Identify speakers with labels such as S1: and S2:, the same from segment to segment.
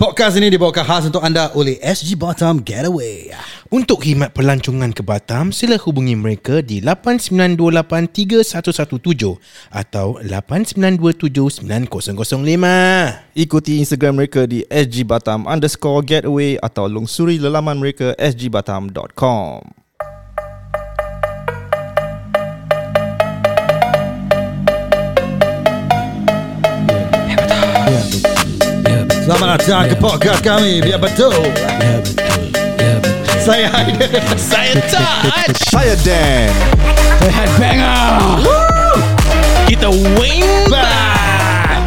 S1: Podcast ini dibawakan khas untuk anda oleh SG Batam Getaway.
S2: Untuk khidmat pelancongan ke Batam, sila hubungi mereka di 89283117 atau 89279005.
S3: Ikuti Instagram mereka di sgbatam underscore getaway atau lungsuri lelaman mereka sgbatam.com.
S1: Selamat datang ke podcast kami. Biar betul. Ya, Saya Haider.
S2: Saya touch!
S3: Saya Dan.
S2: Kita wing back!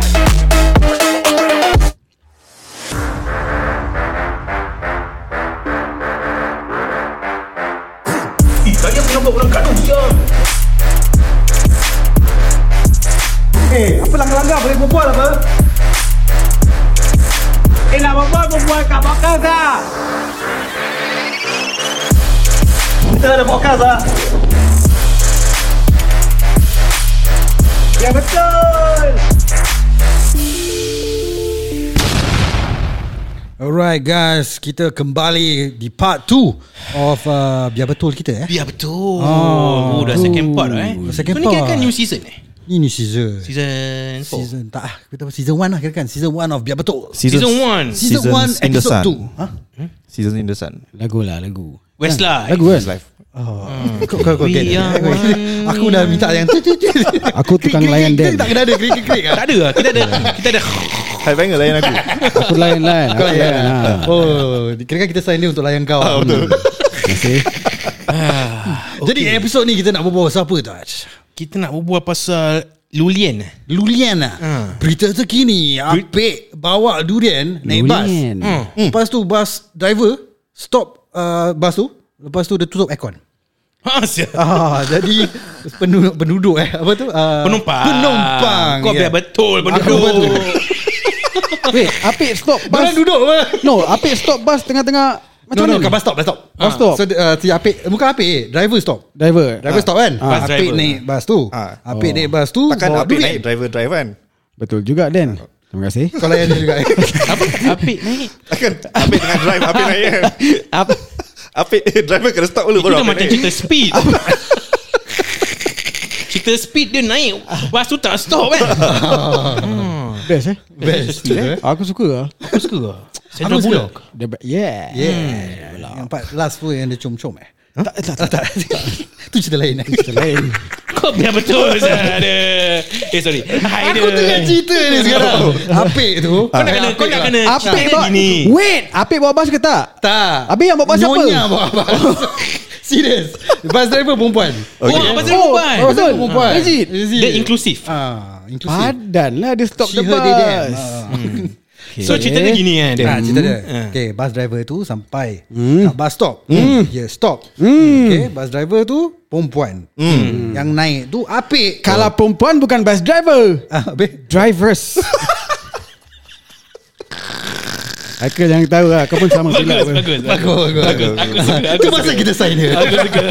S4: Eh, Apa langgar-langgar boleh berbual apa? Eh nak berbual berbual kat podcast lah Kita ada podcast lah Ya betul
S1: Alright guys, kita kembali di part 2 of uh, Biar Betul kita eh.
S2: Ya betul. Oh, dah second part dah, eh.
S1: Second
S2: So, ni kira
S1: part.
S2: kan new season eh?
S1: Ini season.
S2: Season 4. Season,
S1: Season tak ah, kita apa, season 1 lah kira kan. Season 1 of Biar Betul.
S2: season 1.
S1: Season 1
S3: Seasons in the
S1: episode
S3: sun.
S1: 2. Ha?
S3: Seasons in the Sun.
S5: Lagu lah lagu
S2: Westlife.
S5: Lagu kan
S3: Live.
S1: Kau kau kau
S2: We
S1: get it.
S2: are
S1: Kau- Aku dah minta yang tu tu tu.
S5: Aku tukang layan Dan
S1: Tak kena ada krik krik krik.
S2: Tak ada lah. Kita ada, kita ada
S3: Hai banger layan aku.
S5: Aku layan layan
S1: Kau
S5: Aku
S1: layan.
S5: layan ha.
S1: ah. Oh, kira kita sign dia untuk layan kau. Ah, betul.
S5: Masih
S1: Jadi episod ni kita nak berbual pasal apa Taj?
S2: Kita nak berbual pasal eh. Lulien
S1: Lulian lah
S2: Ha.
S1: Berita terkini Apek bawa durian Naik bas
S5: Lulian.
S1: hmm. Lepas tu bas driver Stop uh, bas tu Lepas tu dia tutup aircon
S2: Ha, siap.
S1: ah, Jadi penduduk, penduduk eh Apa tu uh,
S2: Penumpang
S1: Penumpang ya. Ah,
S2: Kau biar betul
S1: Aku
S2: Penduduk
S1: betul.
S5: Wait Apik stop
S1: Barang
S5: bus
S1: duduk apa?
S5: No Apik stop bus tengah-tengah Macam
S1: no, no,
S5: mana
S1: kat
S5: ni?
S1: bus stop, bus stop.
S5: Bus stop.
S1: So, uh, si Apek, bukan Apek, eh. driver stop.
S5: Driver
S1: Driver stop kan?
S5: Ah.
S1: Ah,
S2: Bus
S1: Apek
S2: driver.
S1: naik bus tu.
S3: Ah.
S1: Apek naik bus tu.
S3: Takkan
S1: bawa
S3: Apik
S1: durian.
S3: naik driver-driver kan?
S5: Betul juga Dan
S1: Oh.
S5: Terima kasih
S1: Kau layan dia juga. eh.
S2: Apa? Apik naik
S3: Takkan Apik dengan drive Apik naik kan?
S2: Apa?
S3: Apik driver kena stop dulu
S2: Itu dah
S1: lah,
S3: Apik
S2: macam
S3: naik.
S2: cerita speed Cerita speed dia naik Bas tu tak stop kan
S5: Best eh
S1: Best. tu, eh.
S5: Aku suka lah
S2: Aku suka lah Sandra
S1: Aku suka.
S2: Bullock
S5: Dia be- Yeah,
S1: Yeah. Yang part last tu yang dia cum-cum eh.
S5: Tak, tak, tak, tak.
S1: Itu cerita lain eh? Itu cerita lain
S2: Kau biar betul Zah. Ada Eh sorry Hai
S1: Aku tengah cerita ni sekarang Apik tu
S2: Kau nak kena Kau nak kena cerita
S5: Apik bawa
S2: gini. Oh,
S5: Wait Apik bawa bus ke tak?
S1: Tak
S5: Habis yang bawa bas siapa?
S1: Nyonya bawa bas Serius Bus driver perempuan
S2: Oh apa pasal perempuan
S5: oh, betul.
S1: Perempuan
S5: Legit.
S2: Dia inklusif
S1: Ah, Inklusif
S5: Padan lah dia stop
S1: She eh?
S5: the
S1: her
S5: bus
S1: they them
S2: So cerita dia gini kan
S1: Ah, cerita dia.
S2: Ah.
S1: Okay, bus driver tu sampai kat bus stop. Mm. Yeah, stop. Mm. Okay, bus driver tu perempuan. Mm. Yang naik tu apik.
S5: Kalau perempuan bukan bus driver
S1: ah, habis.
S5: Drivers Aku yang tahu lah Kau pun sama silap
S2: Bagus
S5: pun.
S2: Bagus
S1: Bagus, bagus.
S2: Bagus Aku suka aku
S1: Tu pasal kita sign dia.
S2: Aku suka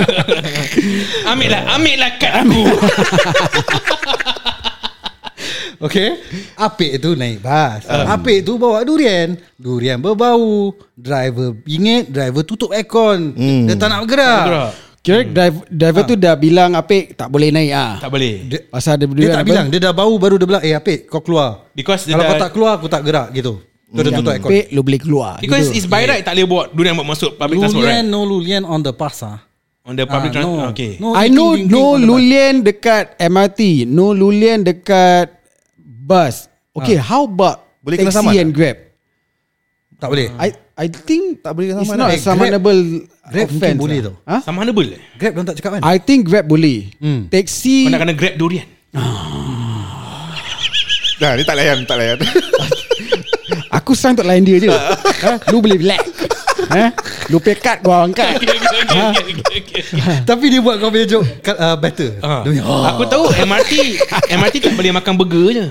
S2: Ambil lah Ambil lah kad aku
S1: Okay Apik tu naik bas um. Apik tu bawa durian Durian berbau Driver ingat Driver tutup aircon mm. Dia tak nak bergerak,
S5: Kira driver, driver tu dah bilang Apik tak boleh naik ah.
S2: Tak boleh
S1: Dia,
S5: Pasal ada
S1: dia tak bilang Dia dah bau baru dia bilang Eh Apik kau keluar
S2: Because dia
S1: Kalau
S2: dah-
S1: kau tak keluar Aku tak gerak gitu Tu dia tutup aircon
S5: Apik lu boleh keluar.
S2: Because it's by right Tak boleh buat Durian buat masuk Public transport
S1: Lulian
S2: right
S1: no lulian on the ah. pasar
S2: On the public transport Ah, Okay
S1: no
S5: I know
S1: eating, drinking
S5: no
S1: on the bus.
S5: lulian dekat MRT, no lulian dekat bus. Okay, how about
S3: Boleh kena saman
S5: taxi and Grab?
S1: Tak boleh
S5: I I think tak boleh
S1: saman.
S5: It's not
S1: Eh,
S5: a summonable
S1: Grab mungkin
S5: offence
S1: boleh
S5: lah.
S1: tau.
S5: Ha?
S2: Sama ada boleh
S1: Grab dia orang tak cakap kan
S5: I think Grab boleh. Taxi
S2: Kau nak kena grab durian
S3: Dah ni tak layan Tak layan
S5: aku sign untuk lain dia je. ha? Lu boleh relax. ha? Lu pay card kau angkat.
S2: Okay, okay, okay, okay, okay, okay.
S1: Tapi dia buat kau punya joke uh, Better
S2: Ah.
S1: Dia punya, "Oh,
S2: Aku tahu MRT MRT tak boleh makan burger je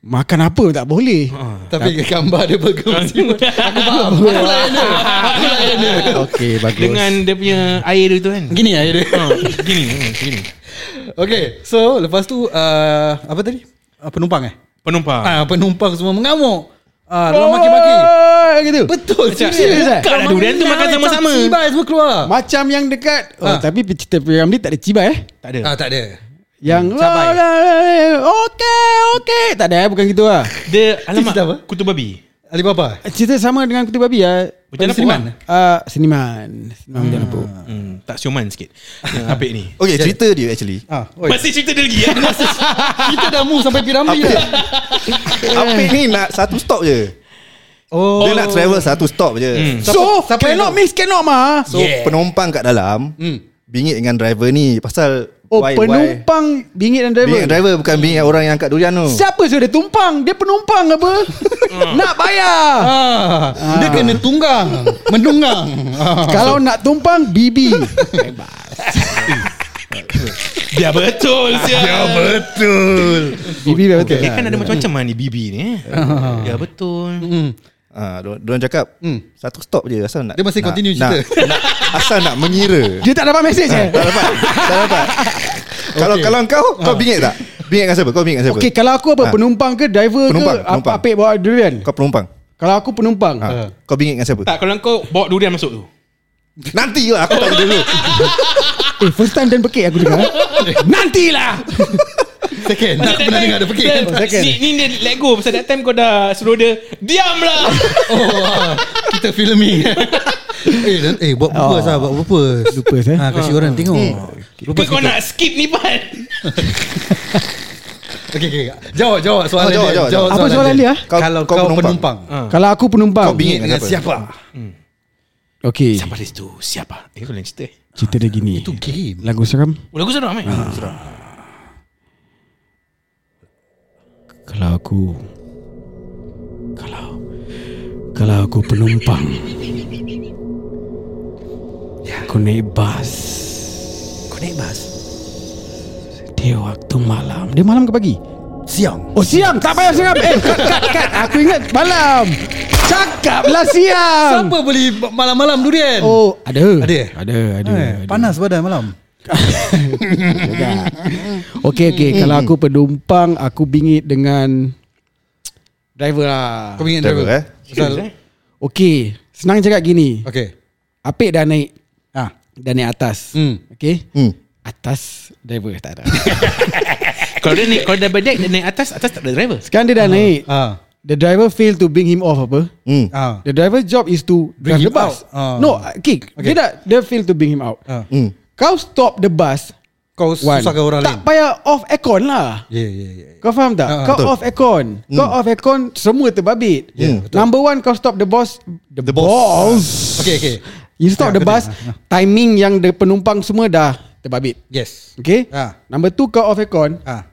S5: Makan apa pun tak boleh.
S1: Ah. Tapi gambar dia bergemsi Aku faham Aku layan dia Aku layan dia
S5: Okey, bagus.
S2: Dengan dia punya air dia tu kan
S1: Gini lah dia
S2: Ah, Gini hmm, gini.
S1: Okay So lepas tu uh, Apa tadi? Uh, penumpang eh?
S2: Penumpang
S1: Ah, penumpang semua mengamuk Ah, uh, Ah, maki-maki
S5: orang kata.
S1: Betul
S2: Macam-
S1: serius
S5: Serius, eh?
S2: Buka lah durian tu makan sama-sama
S1: Cibai semua keluar
S5: Macam yang dekat oh,
S1: Ha.
S5: Tapi cerita program ni tak ada cibai eh Tak ada
S2: Ha.
S1: Ah tak ada
S5: Yang
S1: Hmm, Cabai.
S5: la, la, la, la, Okay okay Tak ada eh bukan gitu lah
S2: Dia Alamak
S1: Cerita apa?
S2: Kutu babi
S1: Alibaba
S5: Cerita sama dengan Kutub Babi lah
S2: Hujan apa
S1: Seniman?
S2: orang?
S5: uh, Seniman Seniman Hujan Lapuk
S2: Hmm, Tak siuman sikit Yang Apik ni
S3: Okay cerita dia actually
S1: Ah, oi.
S2: Masih cerita dia lagi eh?
S1: Kita dah move sampai eh? piramli dah.
S3: Apik ni nak satu stop je
S1: Oh.
S3: Dia nak travel satu stop
S2: Hmm.
S3: je
S1: Siapa-
S5: So
S1: siapa yang-
S5: Cannot miss cannot ma
S3: So
S2: Yeah.
S3: penumpang kat dalam
S1: Hmm.
S3: Bingit dengan driver ni Pasal
S5: Oh penumpang
S3: Bingit
S5: Bingit dan driver
S3: dengan driver bukan bingit orang yang angkat durian tu
S5: Siapa suruh dia tumpang Dia penumpang apa Nak bayar
S1: Hmm. Ah, dia kena tunggang, menunggang. Ah.
S5: Kalau nak tumpang Bibi
S2: Biar betul sial. Biar
S1: Betul.
S5: Bibi dah betul
S2: Kan ada macam-macam lah ni Bibi ni eh. Biar betul
S3: Ah, uh, Diorang cakap
S1: Hmm.
S3: Satu stop je Asal nak
S1: Dia masih
S3: nak,
S1: continue
S3: nak,
S1: cerita.
S3: nak, Asal nak mengira
S5: Dia tak dapat message
S1: Ah.
S5: eh
S3: Tak dapat Tak dapat Kalau kalau kau
S1: Ha.
S3: Kau bingit tak? Bingit dengan siapa? Kau bingit dengan siapa?
S5: Okay kalau aku apa Penumpang ke driver
S3: Ha. Penumpang,
S5: ke apa
S3: penumpang.
S5: Apik bawa durian
S3: Kau penumpang
S5: Kalau aku penumpang
S3: ha. Kau bingit dengan siapa?
S2: Tak kalau kau Bawa durian masuk tu
S3: Nanti lah Aku tak dulu
S5: Eh first time dan pekik aku dengar eh. Nantilah
S1: Second, nak aku pernah dengar ada pergi.
S2: Dia- Ni, ni dia let go Pasal that time kau dah Suruh dia Diamlah
S1: Oh, ah, kita filming. eh, dan, eh buat purpose lah, buat purpose.
S5: Purpose, eh?
S1: Ha, kasih orang tengok.
S2: Kau
S1: Purpose
S2: kau
S1: kita.
S2: nak skip ni part
S1: Okey, okey. Jawab, jawab soalan
S3: Oh, jawab,
S1: dia.
S3: jawab, jawab.
S5: Apa soalan dia?
S1: Kau, kalau kau, penumpang. penumpang. Ah.
S5: Kalau aku penumpang
S3: Ha. Kau bingit
S1: Dengan
S3: dengan siapa?
S1: siapa?
S5: Okay
S2: Siapa dia tu Siapa Eh kau lain cerita
S5: Cerita dia gini
S1: Itu game.
S5: Lagu seram
S2: Lagu seram eh Seram
S5: Kalau aku Kalau Kalau aku penumpang Aku naik bas
S1: Ya. Kau naik bas?
S5: Dia waktu malam Dia malam ke pagi?
S1: Siang.
S5: Oh siang Tak payah seram Eh cut, cut, cut. Aku ingat malam Cakaplah siang
S1: Siapa beli malam-malam durian?
S5: Oh ada
S1: Ada?
S5: Ada ada,
S1: Eh,
S5: ada.
S1: panas badan malam.
S5: Okay okay Kalau aku penumpang Aku bingit dengan Driver lah
S1: Kau ingat
S3: Driver, eh?
S1: driver? Pasal,
S2: Serius, eh?
S5: Okay Senang cakap gini
S1: okey.
S5: Apik dah naik
S1: Ah.
S5: Dah naik atas
S1: Hmm.
S5: Okay
S3: Hmm.
S5: Atas Driver tak ada
S2: Eh, Kalau dia naik Kalau dia berdeck Dia naik atas Atas tak ada driver
S5: Sekarang dia dah naik
S1: Ah.
S5: The driver fail to bring him off apa
S3: Hmm.
S1: Ah.
S5: The driver job is to
S1: Bring
S5: Bring drive the
S1: him
S5: bus
S1: out. Ah.
S5: No okay,
S1: Okay.
S5: Dia dah Dia fail to bring him out
S1: Ah.
S3: Hmm.
S5: Kau stop the bus
S1: Kau
S5: Wan
S1: susahkan orang
S5: Tak
S1: lain.
S5: payah off aircon lah
S1: Ya, ya, ya.
S5: Kau faham tak?
S1: Ah,
S5: kau
S3: betul.
S5: off aircon. Kau off aircon semua terbabit.
S3: Yeah,
S5: betul. Number one kau stop the boss the,
S3: The boss.
S5: balls.
S1: Okey, okey.
S5: You stop
S1: Ya,
S5: the bus. Timing yang the penumpang semua dah terbabit.
S1: Yes.
S5: Okay?
S1: Ah.
S5: Number two kau off aircon.
S1: Ah.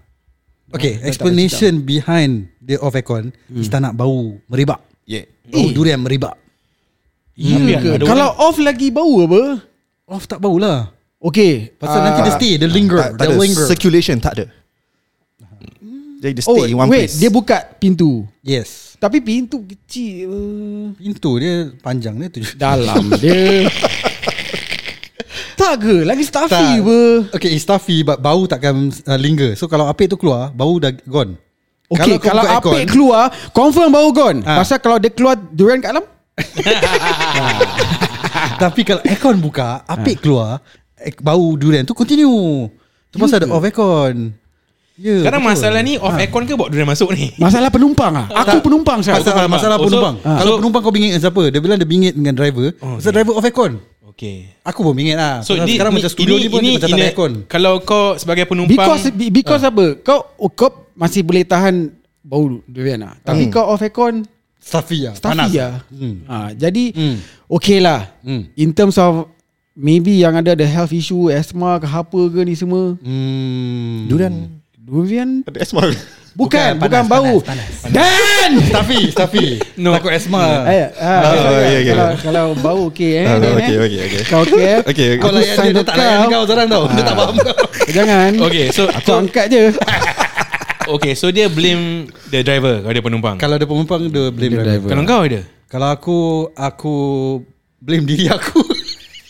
S1: Okay, explanation behind the off aircon hmm. is tak nak bau meribak.
S3: Yeah.
S1: Bau durian meribak.
S2: Tapi ada
S5: Ke? Hmm. Kalau off lagi bau apa?
S1: Off tak bau lah.
S5: Okay. Ah.
S1: Pasal nanti dia stay, dia linger,
S3: Tak, tak
S1: dia
S3: ada
S1: linger.
S3: circulation tak ada.
S1: Hmm.
S3: Jadi dia
S5: Oh
S3: stay in one
S5: wait,
S3: place.
S5: dia buka pintu.
S1: yes.
S5: Tapi pintu kecil. Uh,
S1: Pintu dia panjang dia tu.
S5: dalam dia. tak ke? Lagi stuffy apa?
S1: Okay, it's stuffy but bau takkan uh, linger. So kalau apik tu keluar, bau dah gone.
S5: Okay,
S1: kau
S5: kalau,
S1: buka
S5: apik
S1: aircon-
S5: keluar, confirm bau gone.
S1: Ah.
S5: Pasal kalau dia keluar durian kat dalam,
S1: Tapi kalau aircon buka, apik keluar, eh, bau durian tu continue. Tu pasal ada off aircon. Ya.
S2: Sekarang
S1: betul.
S2: masalah ni Off aircon ke Bawa durian masuk ni
S5: Masalah penumpang ah. Aku
S1: Tak.
S5: penumpang saya.
S1: Pasal
S2: penumpang.
S1: masalah
S2: Oh, so-
S1: penumpang.
S2: Ah.
S1: Kalau
S2: so-
S1: penumpang kau bingit dengan siapa? Dia bilang dia bingit dengan driver. Pasal
S2: Oh, okay.
S1: driver off aircon.
S2: Okay
S1: Aku pun bingit lah.
S2: So
S1: Pasal
S2: ni,
S1: sekarang
S2: ni,
S1: macam studio
S2: ini,
S1: ni pun
S2: ini,
S1: dia macam tak
S2: ini,
S1: ada aircon.
S2: Kalau kau sebagai penumpang
S5: Because be- because
S1: Ah.
S5: apa? Kau oh, kau masih boleh tahan bau durian ah. Tapi kau off aircon
S1: Stuffy lah. Hmm. panas.
S5: stuffy ah.
S1: Hmm.
S5: Ah, jadi
S1: Hmm.
S5: okay lah.
S1: Hmm.
S5: In terms of maybe yang ada the health issue, asthma ke apa ke ni semua.
S1: Hmm.
S3: durian.
S5: Durian
S3: Ada asma.
S5: bukan bukan,
S1: Bukan, panas,
S5: bau.
S1: panas,
S5: Dan
S1: Stuffy, stuffy.
S2: No.
S1: Takut asma.
S5: Eh,
S3: Oh,
S5: ah, kalau-
S3: okay, okay.
S5: kalau, kalau bau okey eh.
S3: Ah,
S5: Dan, eh.
S3: okay, okay, okay.
S5: Kau okey. eh?
S3: Okay, okay.
S1: Kau
S5: Aku
S1: layan dia,
S5: sign
S1: dia tak layan
S5: kau.
S1: kau sekarang tau. Dia tak faham kau.
S5: Jangan.
S2: Okay so
S5: Aku angkat je.
S2: Okay so dia blame The driver Kalau dia penumpang
S1: Kalau ada penumpang, dia blame
S5: Dia
S1: driver.
S2: Kalau kau ada
S1: Kalau aku, aku blame diri aku.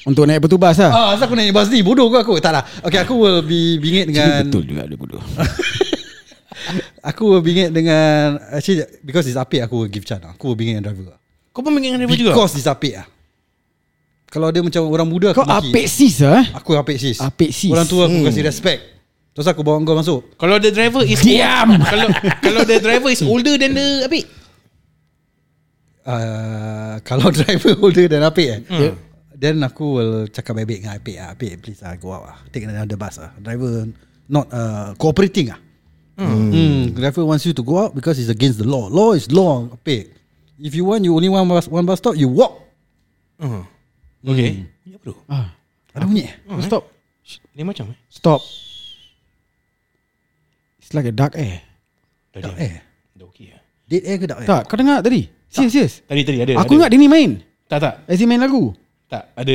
S5: Untuk naik betul bas lah.
S1: ah, asal aku naik bas ni? Bodoh ke aku? Tak lah. Okay, aku will be bingit dengan...
S5: juga dia bodoh.
S1: Aku will bingit dengan Actually Because it's apik Aku will give chance Aku will bingit dengan driver
S2: Kau pun main dengan driver juga
S1: Because is apik lah Kalau dia macam orang muda aku
S5: Kau
S1: maki.
S5: apik sis lah eh?
S1: Aku apik sis Hmm.
S5: Apek sis.
S1: Orang tua aku kasi respect Terus aku bawa kau masuk
S2: Kalau the driver is
S5: Diam.
S2: Kalau kalau the driver is older than the Apik
S1: uh, Kalau driver older than apik eh hmm. Then aku will cakap baik-baik dengan apik lah Apik please lah go out lah Take another bus lah Driver not uh, cooperating lah hmm. Hmm. Driver wants you to go out Because it's against the law Law is law apik If you want you only one bus, one bus stop You walk
S2: Okay Uh-huh. Ya bro
S5: Ah,
S1: Ada bunyi eh?
S5: Stop
S2: Dia macam eh
S5: Stop It's like a eh. dark air
S2: Dah
S1: Dark
S2: diam.
S1: air
S2: Dah okay lah
S1: eh? Dead air ke eh? dark air?
S5: Tak kau dengar tadi Serius serius
S2: Tadi tadi Eh, ada
S5: Aku
S2: ada.
S5: ingat dia ni main
S2: Tak tak
S5: As in main lagu
S2: Tak ada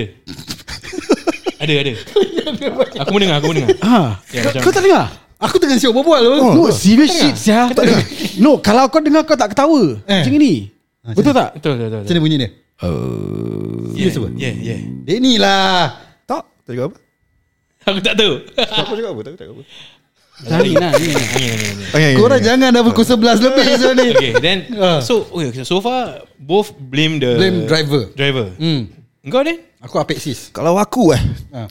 S2: Ada ada Aku mendengar Aku mendengar
S5: Ha
S2: Ya,
S5: Kau-
S2: macam-
S5: Kau tak dengar
S1: Aku tengah siap berbual tu.
S5: No serious shit sia No kalau kau dengar kau tak ketawa
S1: Eh.
S5: Macam ni Betul tak
S2: Betul betul
S1: Macam
S2: betul
S1: mana bunyi dia?
S2: Serius apa Ya ya
S1: Dia ni lah
S3: Tak Tak cakap apa
S2: Aku tak tahu
S3: Aku cakap apa Tak cakap apa
S5: Angin lah angin lah.
S2: Angin angin angin
S3: Okay,
S1: Korang jangan dah pukul 11 lebih so ni
S2: Okay then
S1: Ah.
S2: So okay, so far Both blame the
S1: Blame driver
S2: Driver
S1: hmm.
S2: Engkau then
S1: Aku apek sis
S3: Kalau aku eh
S1: ha.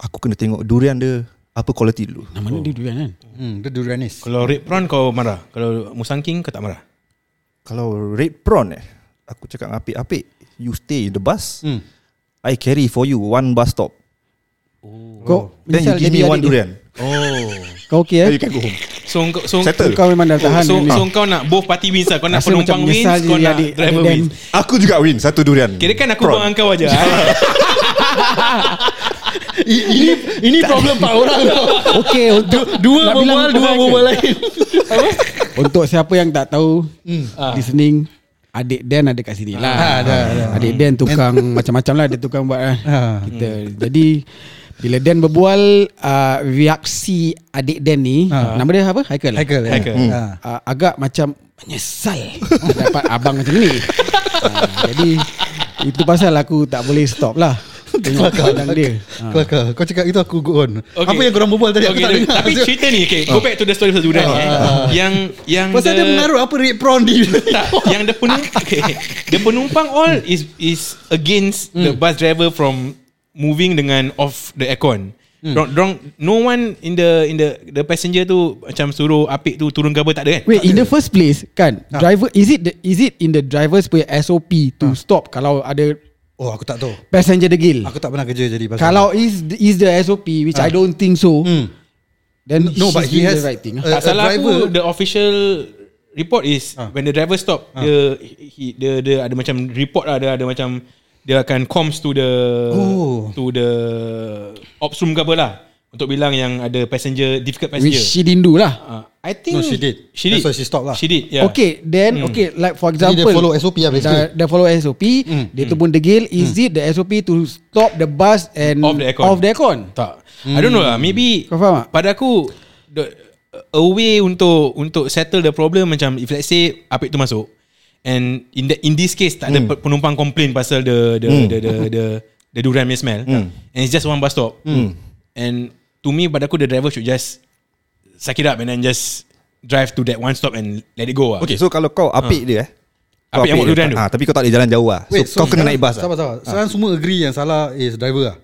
S3: Aku kena tengok durian dia Apa quality dulu
S5: Nama dia durian kan
S1: hmm, Dia durianis
S2: Kalau red prawn kau marah Kalau Musang King kau tak marah
S3: Kalau red prawn eh Aku cakap dengan apik-apik You stay in the bus
S1: hmm.
S3: I carry for you One bus stop
S1: Oh.
S5: Kau
S3: Then
S5: misal
S3: you give
S5: jadi
S3: me
S5: adik
S3: one
S5: dia.
S3: durian
S2: Oh
S5: Kau okay eh
S3: Then you can go home
S2: So kau so,
S3: Settle.
S5: Kau memang dah tahan
S2: so,
S5: dengan
S2: so
S5: dia.
S2: kau nak both party wins lah Kau nak
S5: Rasa macam
S2: penumpang wins
S5: menyesal
S2: Kau
S5: jadi
S2: nak
S5: adik-
S2: driver
S5: adik
S2: wins
S5: Dan.
S3: Aku juga win Satu durian
S2: Kira kan aku bang kau aja
S1: I- Ini ini problem empat orang tau
S5: Okay untuk
S1: Dua
S5: Nak bilang
S1: berbual Dua
S5: orang
S1: berbual lain
S5: Untuk siapa yang tak tahu Ah. Listening Adik Dan ada kat sini lah
S1: Hmm. Ah, ada, ada.
S5: Adik Dan tukang Macam-macam lah Dia tukang buat kan.
S1: Ah.
S5: Kita Jadi Bila Dan berbual uh, Reaksi adik Dan ni Nama dia apa? Haikal eh?
S1: Ah. Haikal
S2: Haikal.
S1: Hmm.
S5: Ah, uh, agak macam menyesal dapat abang macam ni. Uh, jadi itu pasal aku tak boleh stop lah. Tengok
S1: Kelakar
S5: pandang dia. Ah.
S1: Kelakar Kau cakap itu aku go on Apa yang korang berbual tadi Aku
S2: okay,
S1: tak
S2: tapi-
S1: dengar
S2: Tapi cerita ni okay, Go back to the story pasal durian ni, eh. Yang Yang
S1: Pasal
S2: the-
S1: dia mengaruh Apa red prawn dia
S2: tak, yang the penumpang okay, the penumpang all is is against the bus driver from moving dengan off the aircon. Drong, drong, no one in the in the the passenger tu macam suruh apik tu turun ke apa tak ada kan?
S5: Wait, in the first place kan driver is it the, is it in the driver's punya SOP to stop kalau ada
S1: Oh aku tak tahu
S5: passenger degil?
S1: Aku tak pernah kerja jadi pasal
S5: Kalau is is the SOP which I don't think so.
S1: Hmm.
S5: Then
S1: No, but he
S5: doing
S1: has
S5: the right thing. ah.
S1: a-
S2: tak salah
S1: driver- Ah.
S2: aku the official report is when the driver stop dia he, dia dia ada macam report lah dia ada macam dia akan comms to the
S1: Oh.
S2: to the ops room ke apa lah untuk bilang yang ada passenger difficult
S5: which
S2: passenger.
S5: she didn't do lah.
S2: Ah, I think
S1: No, she did.
S2: She did.
S1: That's why she stopped lah.
S2: She did. Yeah.
S5: Okay, then okay like for
S1: Jadi
S5: example
S1: dia follow SOP lah basically
S5: Dah, dah follow SOP Dia tu pun degil Is it the SOP To stop the bus And
S2: Off the aircon.
S5: off the aircon?
S2: Tak. I don't know lah. Maybe
S5: Hmm. Kau faham tak?
S2: Pada aku the, a way untuk untuk settle the problem macam if let's say Apik tu masuk and in the, in this case tak
S5: Hmm.
S2: ada pe- penumpang complain pasal the the the the the, the durian punya smell
S5: Hmm.
S2: and it's just one bus stop. And to me pada aku the driver should just suck it up and then just drive to that one stop and let it go lah.
S3: Okay so kalau kau apik dia eh kau
S2: Apik yang buat durian tu.
S3: dia, ah, Tapi kau tak boleh jalan jauh lah So kau kena
S1: sekarang-
S3: naik bus lah
S1: Sabar sabar Sekarang semua agree Yang salah is driver lah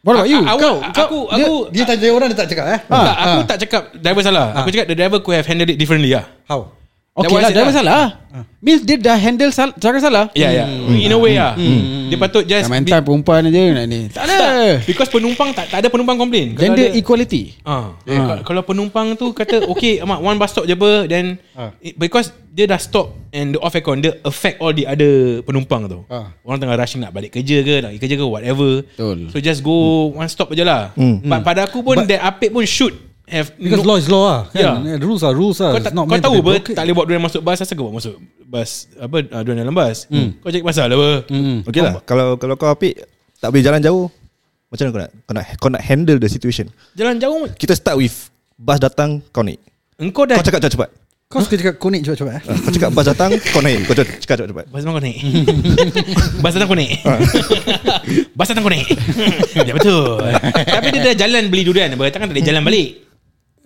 S5: What about you?
S2: Awak-
S5: Kau
S2: aku
S5: dia-
S2: aku
S1: Dia tanya orang Dia tak cakap eh
S2: tak,
S5: Ah,
S2: aku tak cakap driver salah. Aku cakap the driver could have handled it differently lah.
S1: How
S5: Okay
S2: That
S5: lah
S2: was it
S5: Driver
S2: lah.
S5: salah Means dia dah handle sal- Cara salah
S2: Yeah, yeah.
S5: Hmm.
S2: In a way lah. Dia patut just
S5: Tak main time perempuan je nak ni. Tak ada
S2: Because penumpang tak, tak ada penumpang komplain. Kalau
S5: Gender
S2: ada-
S5: equality
S2: Ah, yeah. Kalau penumpang tu kata okay mak one bus stop je apa then it, because dia dah stop and the off aircon dia affect all the other penumpang tu.
S1: Ah.
S2: Orang tengah rushing nak balik kerja ke nak pergi kerja ke whatever.
S5: Betul.
S2: So just go one stop je lah. But pada aku pun that apik pun should have
S1: Because
S2: no-
S1: law is law lah kan?
S2: Yeah.
S1: yeah. Rules are rules lah
S2: kau tak,
S1: It's not
S2: kau
S1: meant to
S2: tahu
S1: be
S2: apa
S1: broken.
S2: tak boleh buat durian masuk bas asal kau buat masuk bas apa uh, durian dalam bas. Kau cari pasal apa?
S3: Okay lah Kalau kalau kau apik Tak boleh jalan jauh Macam mana kau nak Kau nak, kau nak handle the situation
S2: Jalan jauh
S3: Kita start with Bus datang Kau naik
S2: engkau dah
S3: Eh, Kau cakap cepat-cepat
S1: Kau suka cakap konik cepat-cepat eh?
S3: Kau cakap bus datang Kau naik Kau cakap cepat-cepat
S2: Bahasa Melayu kau naik Bahasa datang kau naik Bahasa datang kau naik Ya betul Tapi dia dah jalan beli durian Abang Datang kan tak ada jalan balik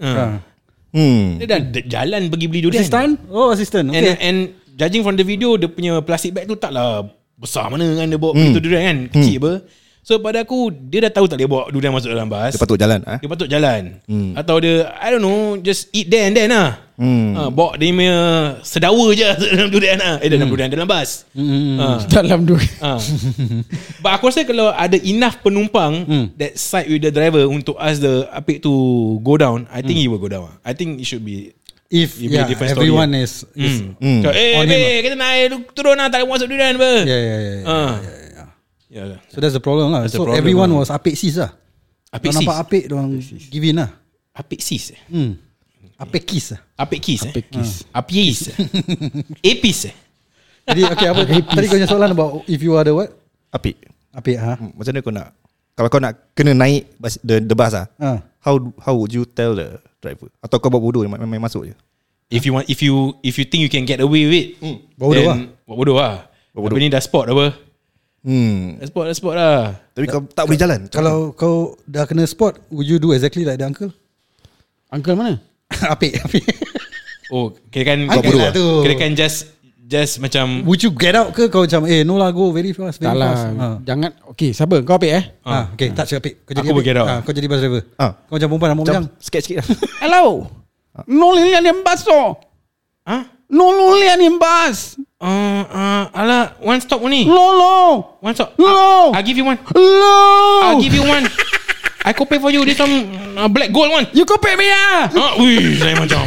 S2: ha.
S1: Ha.
S3: Hmm
S2: Dia dah d- jalan pergi beli durian
S1: Assistant? Oh assistant
S2: And,
S1: okay.
S2: and judging from the video dia punya plastic bag tu taklah besar mana kan dia bawa hmm. tu durian kan kecil hmm. apa. So pada aku dia dah tahu tak boleh bawa durian masuk dalam bas.
S3: Dia patut jalan eh?
S2: Dia patut jalan hmm. Atau dia I don't know Just eat there and then lah hmm. ha, Bawa dia punya Sedawa je Dalam durian lah Eh dalam durian Dalam bas hmm. ha,
S5: Dalam dua
S2: ha. But aku rasa kalau Ada enough penumpang hmm. That side with the driver Untuk ask the Apik to Go down I think hmm. he will go down I think it should be
S1: If
S2: It'll be a
S1: yeah,
S2: different story,
S1: everyone
S2: yeah.
S1: is, is
S2: Hmm. Mm. Eh,
S1: On him ah."
S2: Apik, kita nak eh, turun lah Tak boleh masuk durian apa Ya
S1: yeah, yeah, yeah, yeah.
S2: ha. yeah. yeah.
S1: So that's the problem lah.
S2: That's the
S1: so
S2: problem
S1: everyone
S2: lah.
S1: was apek sis lah.
S2: Apik
S1: Diorang
S2: sis
S1: nampak apek, diorang give in lah.
S2: Apik sis eh?
S1: Hmm. Apek kiss lah.
S2: Apik kis eh? Apik kis Apik kis Apis eh?
S1: Jadi okay apa Tadi kau punya soalan about If you are the what
S3: Api.
S1: Apek ha
S3: Hmm, Macam mana kau nak kalau kau nak kena naik bas, the, the bus ah.
S1: Ah.
S3: How how would you tell the driver? Atau kau buat bodoh main, main masuk je.
S2: If you want If you If you think you can get away with it mm.
S1: Buat Hmm. bodoh ah.
S2: Buat bodoh lah
S3: Buat bodoh.
S2: Tapi ni dah spot apa
S3: Hmm.
S2: Dah spot dah spot lah
S3: Tapi kau tak boleh jalan.
S1: Kalau kau dah kena spot Would you do exactly like the uncle
S5: Uncle mana?
S1: Apek Apek
S2: Oh Kira kan
S1: Kau bodoh lah tu.
S2: Kira kan just Just macam
S1: Would you get out ke Kau macam Eh no lah go very fast very
S5: Tak lah
S1: fast ha.
S5: Jangan Okay siapa? Kau apik eh?
S1: ha. Okay touch apek Kau jadi
S2: Aku
S1: apek.
S2: get out.
S1: Ah, Kau jadi bus driver
S3: Ah.
S1: Kau macam perempuan Nama
S3: Macam
S1: macam
S3: sikit-sikit lah.
S5: Hello No lian yang bas tu
S2: Ha?
S5: No no lian yang bas
S2: Uh, uh, alah One stop ni
S5: No no
S2: One stop
S5: No.
S2: I, I give you one
S5: No
S2: I give you one I copy for you This some uh, Black gold one
S5: You copy me ah
S2: Ah, ui, saya macam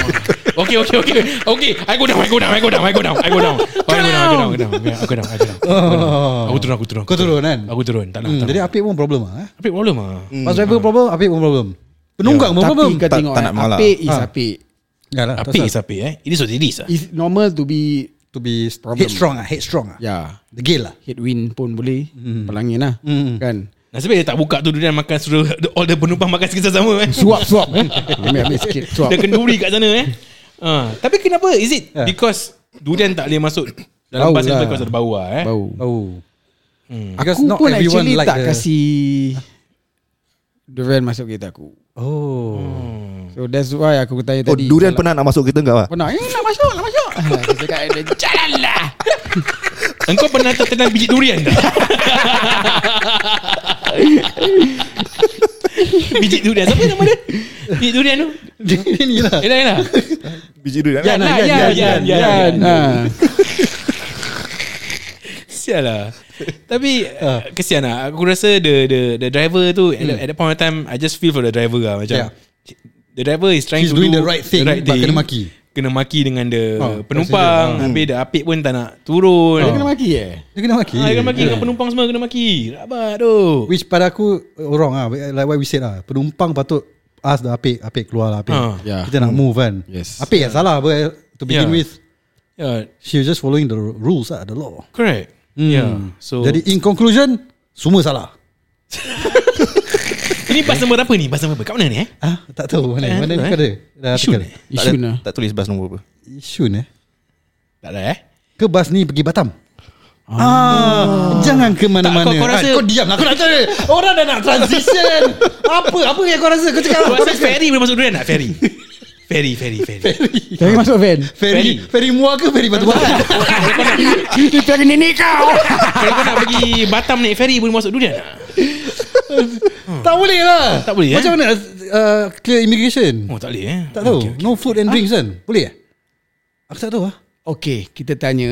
S2: Okay, okay, okay Okay, I go down, I go down, I go down, I go down I go down, I go down, I go down, I go down, I go down, I go down, I go down.
S1: Oh.
S2: Aku turun, aku turun
S1: Kau turun kan
S2: Aku turun, tak nak
S1: Hmm,
S2: tak
S1: Jadi
S2: nak.
S1: apek pun problem lah eh.
S2: Apa problem ah?
S1: Bus driver problem Apek pun problem Penunggang pun problem
S5: Tapi kau
S3: Tak-
S5: tengok
S3: tak
S5: eh,
S3: nak mengalah.
S5: Apik is
S1: Ha.
S5: apik
S1: Ya lah
S2: Api is
S1: pasal
S2: api eh. It is what it is ah.
S5: It's normal to be
S1: To be headstrong lah Headstrong lah
S5: Ya
S1: Degil lah
S5: Headwind pun boleh Pelangin lah Kan
S2: Nasib baik dia tak buka tu durian makan suruh all the penumpang makan sikit sama eh.
S5: Suap-suap eh Ambil-ambil sikit Suap
S2: Dia kenduri kat sana eh. Ah, tapi kenapa? Is it because durian tak boleh masuk dalam
S5: Ya. Bau
S2: bas itu
S5: lah.
S2: because ada bau ah eh.
S5: Bau
S1: Oh Because
S5: Aku
S1: not
S5: pun
S1: everyone
S5: actually
S1: like
S5: tak
S1: the-
S5: kasi Durian masuk kereta aku
S1: Oh
S5: So that's why aku tanya
S3: Oh,
S5: tadi
S3: durian pernah nak masuk kita kau lah?
S5: Pernah Eh nak masuk Nak masuk Dia cakap dia, Jalan lah
S2: Engkau pernah tertenang biji durian tak? biji durian. Siapa nama dia? Biji durian tu?
S1: Ini lah
S2: Enak enak.
S3: Biji durian.
S5: Ya,
S2: Yan lah, yan, yan, yan.
S5: Jalan ha.
S2: Sial lah Tapi
S1: Ah.
S2: uh. Kesian lah Aku rasa the the, the driver tu at, the, at that point of time I just feel for the driver lah
S1: Hmm.
S2: Macam
S1: Yeah.
S2: The driver is trying
S1: He's
S2: to
S1: doing
S2: do
S1: the right thing, but kena maki.
S2: Kena maki dengan the
S1: Oh,
S2: penumpang
S1: passenger. Hmm. Ah.
S2: Habis the apik pun tak nak turun
S5: Dia kena maki eh
S1: Dia kena maki
S2: Ah, dia kena maki dengan penumpang semua Kena maki Rabak tu
S1: Which pada aku eh, Wrong lah Like what we said lah Penumpang patut Ask the apik Apik keluar lah apik
S2: Ah.
S5: Yeah. Hmm.
S1: Kita nak move kan
S5: Yes.
S1: Apik yang salah apa, eh, To begin
S2: Yeah.
S1: with
S2: yeah,
S1: She was just following the rules lah The law
S2: Correct Yeah So
S1: Hmm. Jadi
S2: Jadi
S1: in conclusion Semua salah
S2: Ini bas nombor apa ni? Bas nombor apa? Kat mana ni eh?
S1: Ah, Tak tahu mana
S2: Eh,
S1: Mana ni
S2: eh.
S1: kau ada Dah
S2: Isu
S1: artikel.
S2: ni?
S5: Isu lah
S3: Tak tulis bas nombor apa.
S1: Isun eh
S2: Tak ada eh?
S1: Ke bas ni pergi Batam Ah, jangan ke mana-mana.
S2: Tak, kau- kau
S1: Ah,
S2: rasa-
S1: kau diam lah. Kau nak tanya. Orang dah nak transition. apa? Apa yang kau rasa? Kau cakap
S2: Kau
S1: apa?
S2: rasa ferry boleh masuk durian tak? Ferry Ferry, ferry, ferry
S5: Tapi masuk van
S1: Ferry, ferry muar ke ferry batu bara?
S5: Dia pegang nenek kau
S2: Kalau kau nak pergi Batam naik ferry Boleh masuk durian tak?
S1: Tak boleh lah
S2: Tak boleh, eh?
S1: Macam mana uh, Clear immigration
S2: Oh tak boleh eh
S1: Tak tahu No food and drinks kan Boleh eh Aku tak tahu lah
S5: Okay kita tanya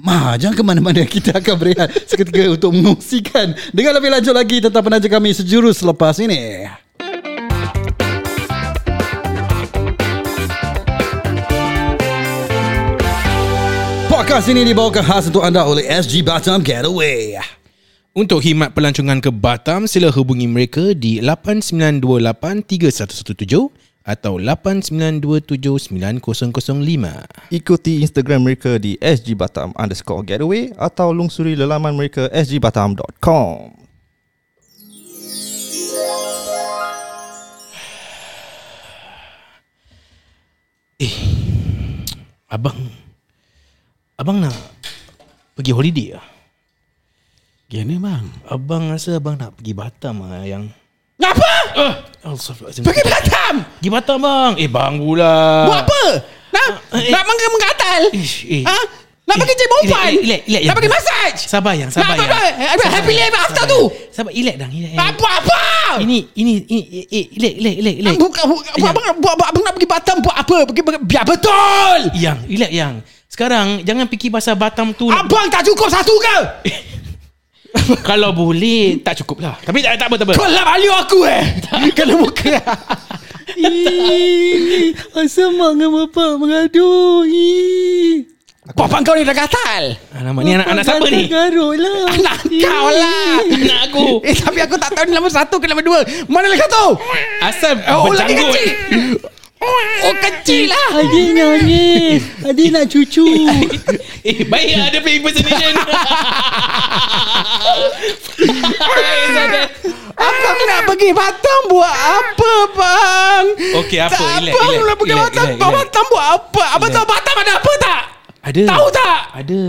S1: Ma, jangan ke mana-mana Kita akan berehat seketika untuk mengongsikan Dengan lebih lanjut lagi tentang penaja kami sejurus selepas ini Podcast ini dibawakan khas untuk anda oleh SG Batam Getaway
S2: Untuk khidmat pelancongan ke Batam, sila hubungi mereka di 89283117 atau 89279005.
S3: Ikuti Instagram mereka di sgbatam underscore getaway atau lungsuri lelaman mereka sgbatam.com.
S2: Abang Abang nak pergi holiday ah.
S5: Gimana bang
S2: Abang rasa abang nak pergi Batam ah yang Apa? Uh, pergi
S5: Batam
S2: Pergi Batam bang. Eh bang pula.
S5: Buat apa? Nak
S2: eh.
S5: nak menggatal?
S2: Ish, eh.
S5: Ha? Nak pakai cik bompan
S2: Relax, relax, relax,
S5: Nak
S2: yang-
S5: pakai massage
S2: Sabar yang Sabar
S5: Nak
S2: yang
S5: apa Happy life after tu
S2: Sabar relax dah relax,
S5: Tak apa-apa
S2: Ini ini ini eh, eh, relax relax relax relax.
S5: Bukan bukan-
S2: Yang-
S5: Abang buat apa Abang nak pergi Batam buat apa Pergi pergi- biar betul
S2: Yang relax yang Sekarang jangan fikir pasal Batam tu
S5: Abang tak cukup satu ke
S2: Kalau boleh Tak cukup lah Tapi tak, tak apa tak apa
S5: Kelap alu aku eh Kena muka Oh,
S1: Asal mak dengan bapak mengadu. Ih.
S5: Bapak kau ni dah gatal
S2: Alamak Ah, ni anak, anak siapa ni
S1: Garuk lah.
S5: Anak kau lah
S2: Anak aku
S5: Eh tapi aku tak tahu ni nombor satu ke nombor dua Mana lagi satu
S2: Asal
S5: Oh lagi
S2: berjanggut
S5: kecil Oh kecil lah
S1: Adik nangis. Adik nak cucu.
S2: Eh baik lah Dia play impersonation
S5: Abang nak pergi Batam buat apa bang
S2: Okey, apa?
S5: Tak,
S2: Relax,
S5: Abang
S2: relax,
S5: nak pergi
S2: relax,
S5: Batam
S2: relax,
S5: Kau
S2: relax.
S5: Batam buat apa Abang tahu Batam ada apa tak
S2: Ada
S5: Tahu tak?
S2: Ada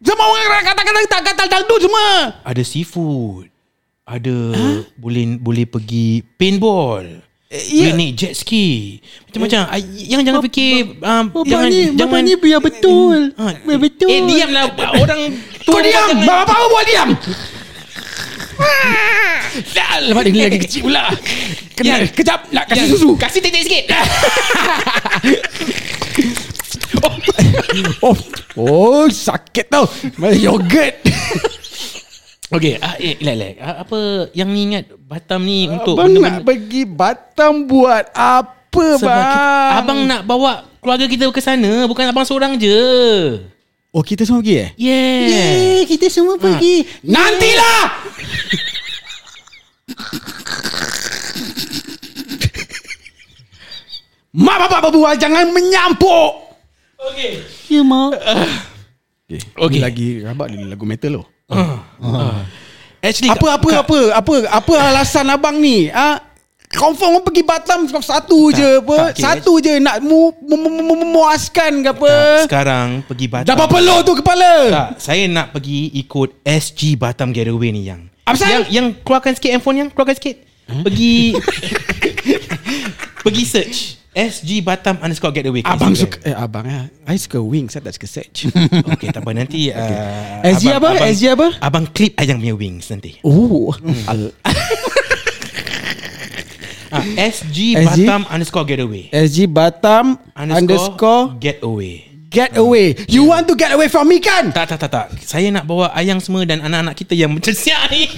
S5: Semua orang kata-kata tak kata dangdut semua
S2: Ada seafood Ada
S5: Ha?
S2: Boleh boleh pergi Paintball
S5: ya. Eh,
S2: Boleh naik jet ski Macam-macam Ah, Yang jangan fikir um,
S1: Bapak ni, bapak ni biar betul.
S2: Ah,
S1: Biar betul.
S2: Eh diam lah Orang
S5: Kau diam Bapak kau buat diam Dah lepas dia lagi kecil pula Kena kejap nak kasih susu
S2: Ya. Kasih titik sikit
S5: Oh, oh sakit tau Macam yogurt
S2: Okay ah, eh, Lek lek ah, Apa Yang ni ingat Batam ni Untuk
S5: Abang
S2: benda-benda-
S5: nak pergi Batam buat apa
S2: Sebab
S5: bang?
S2: kita, Abang nak bawa Keluarga kita ke sana Bukan abang seorang je
S5: Oh kita semua pergi eh? Hmm.
S2: Yeah,
S1: Eh, kita semua pergi.
S5: Nantilah! Mak bapak berbual jangan menyampuk.
S1: Ya, mak.
S5: Okay.
S2: Okay.
S5: Ni lagi rabak ni lagu metal lo.
S2: Actually
S5: Apa apa apa apa apa alasan abang ni? Ha? Confirm orang pergi Batam sebab satu tak, je
S2: tak,
S5: apa?
S2: okay.
S5: Satu je nak mu, mu, mu, mu, memuaskan ke apa?
S2: Sekarang Pergi Batam
S5: Dah berapa lo tu kepala?
S2: tak, Saya nak pergi Ikut SG Batam Getaway ni yang
S5: Apa pasal?
S2: Yang, yang keluarkan sikit handphone yang Keluarkan sikit Pergi Pergi search SG Batam underscore getaway kat
S5: Abang
S2: Instagram.
S5: suka eh, Abang ah, I suka wings Saya tak suka search
S2: Okay tak apa nanti uh,
S5: SG apa? SG apa?
S2: Abang clip ayang punya wings nanti
S5: Oh
S2: Hmm.
S5: Al-
S2: Ah, SG,
S5: SG?
S2: Batam underscore getaway
S5: SG Batam
S2: Underscore,
S5: Underscore
S2: Getaway
S5: Get away You want to get away from me kan?
S2: Tak tak tak tak Saya nak bawa ayang semua Dan anak-anak kita yang macam siap ni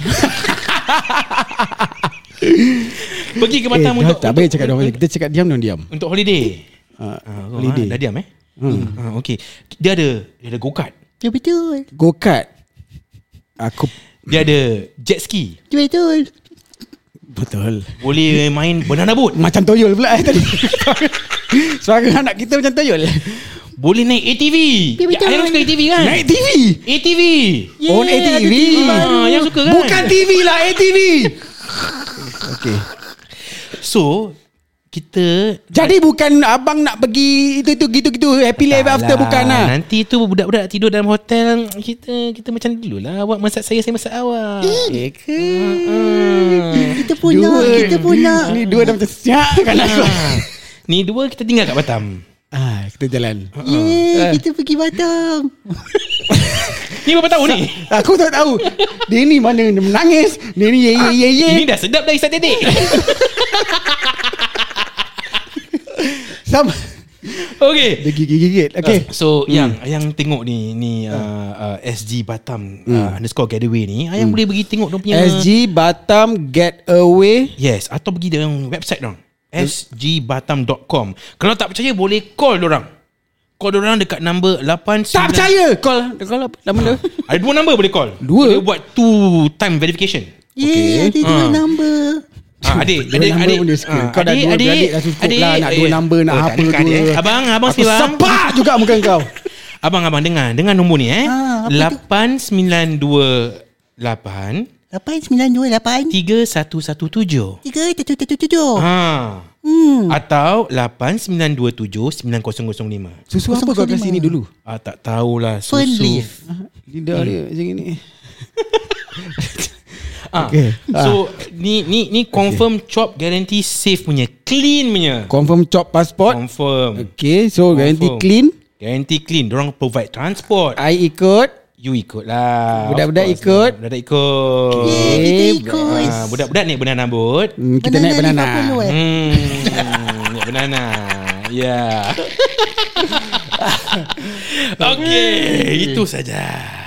S2: Pergi ke Batam untuk
S5: Eh, tak
S2: untuk,
S5: baik cakap diorang Kita cakap diam diorang diam
S2: untuk holiday
S5: Ah,
S2: Ah, kau,
S5: Holiday
S2: ah, Dah diam eh hmm. ah, Okay Dia ada Dia ada go-kart
S1: Ya, betul.
S5: Go kart Aku
S2: Dia ada jet ski
S1: Ya, betul.
S5: Betul
S2: Boleh main banana boat
S5: Macam toyol pula eh tadi Suara anak kita macam toyol
S2: Boleh naik ATV
S1: Ya, betul.
S2: Ayang suka ATV kan
S5: Naik TV
S2: ATV
S5: Oh, naik
S1: ada
S5: TV.
S1: baru.
S2: ah, Yang suka kan
S5: Bukan TV lah ATV
S2: So Kita
S5: Jadi bukan abang nak pergi Itu-itu gitu-gitu Happy life after bukan lah
S2: Nanti tu budak-budak tidur dalam hotel Kita kita macam dulu lah Awak masak saya, saya masak awak
S5: Eh ke
S1: Kita pun nak, kita pun nak.
S5: Ni dua dah macam siap kan aku
S2: Ah. Ni dua kita tinggal kat Batam
S5: Ah, kita jalan. Ah.
S1: Yeay, kita pergi Batam.
S2: Ni berapa tahun ni?
S5: Aku tak tahu. Dia ni mana dia menangis. Dia ni ye ye ye ye.
S1: Ah.
S2: Ni dah sedap dah Isak Dedek
S5: Sama.
S2: Okay
S5: Dia gigit-gigit.
S1: Ah.
S2: Ah,
S5: Okay. Hmm. Ah.
S2: So yang yang tengok ni ni uh, uh, SG Batam uh,
S5: Hmm.
S2: underscore getaway ni ayang boleh pergi tengok dia
S1: Ya.
S2: punya
S5: SG Batam Getaway.
S2: Yes atau pergi dia orang website dong sgbatam.com Kalau tak percaya boleh call dia orang. Call dia orang dekat number 8
S5: Tak percaya. Call call apa? Nama dia.
S2: Ada dua number boleh call.
S5: Dua?
S2: Boleh buat two time verification.
S1: Yeay, ada dua number.
S2: Ah, adik,
S5: Dua
S2: adik,
S5: number
S2: adik.
S5: pun dia sikit.
S2: Ah,
S5: Kau dah dua beradik dah cukup lah. Nak dua
S2: eh,
S5: number, nak
S2: tak
S5: apa
S2: dekat,
S5: dua.
S2: eh. Abang, abang
S5: Aku
S2: sini bang.
S5: sepak juga muka kau.
S2: Abang, abang dengar. Dengar nombor ni eh.
S1: Ah, apa tu?
S2: 8928
S1: 8928
S2: 3117.
S5: Oh. Ah.
S1: 3777.
S2: Ha.
S1: Hmm.
S2: Atau 8927 9005.
S5: Susu apa kau kasi ni dulu? Hmm.
S2: Ah tak tahulah susu.
S1: Fern leaf.
S5: Lidah dia macam ni.
S2: Ah.
S5: Okay.
S2: So ni ni ni confirm chop guarantee safe punya, clean punya.
S5: Confirm chop passport.
S2: Confirm.
S5: Okay, so guarantee
S2: Confirm.
S5: clean.
S2: Guarantee clean. Diorang provide transport.
S5: I ikut
S2: You ikut lah.
S5: Budak-budak
S2: Of course lah.
S5: ikut.
S2: Budak-budak ikut.
S5: Kita
S2: Ah, budak-budak ni benar rambut.
S5: Hmm, Eh, kita naik banana
S2: Hmm. ni banana. Ya. Yeah. Okey, itu saja.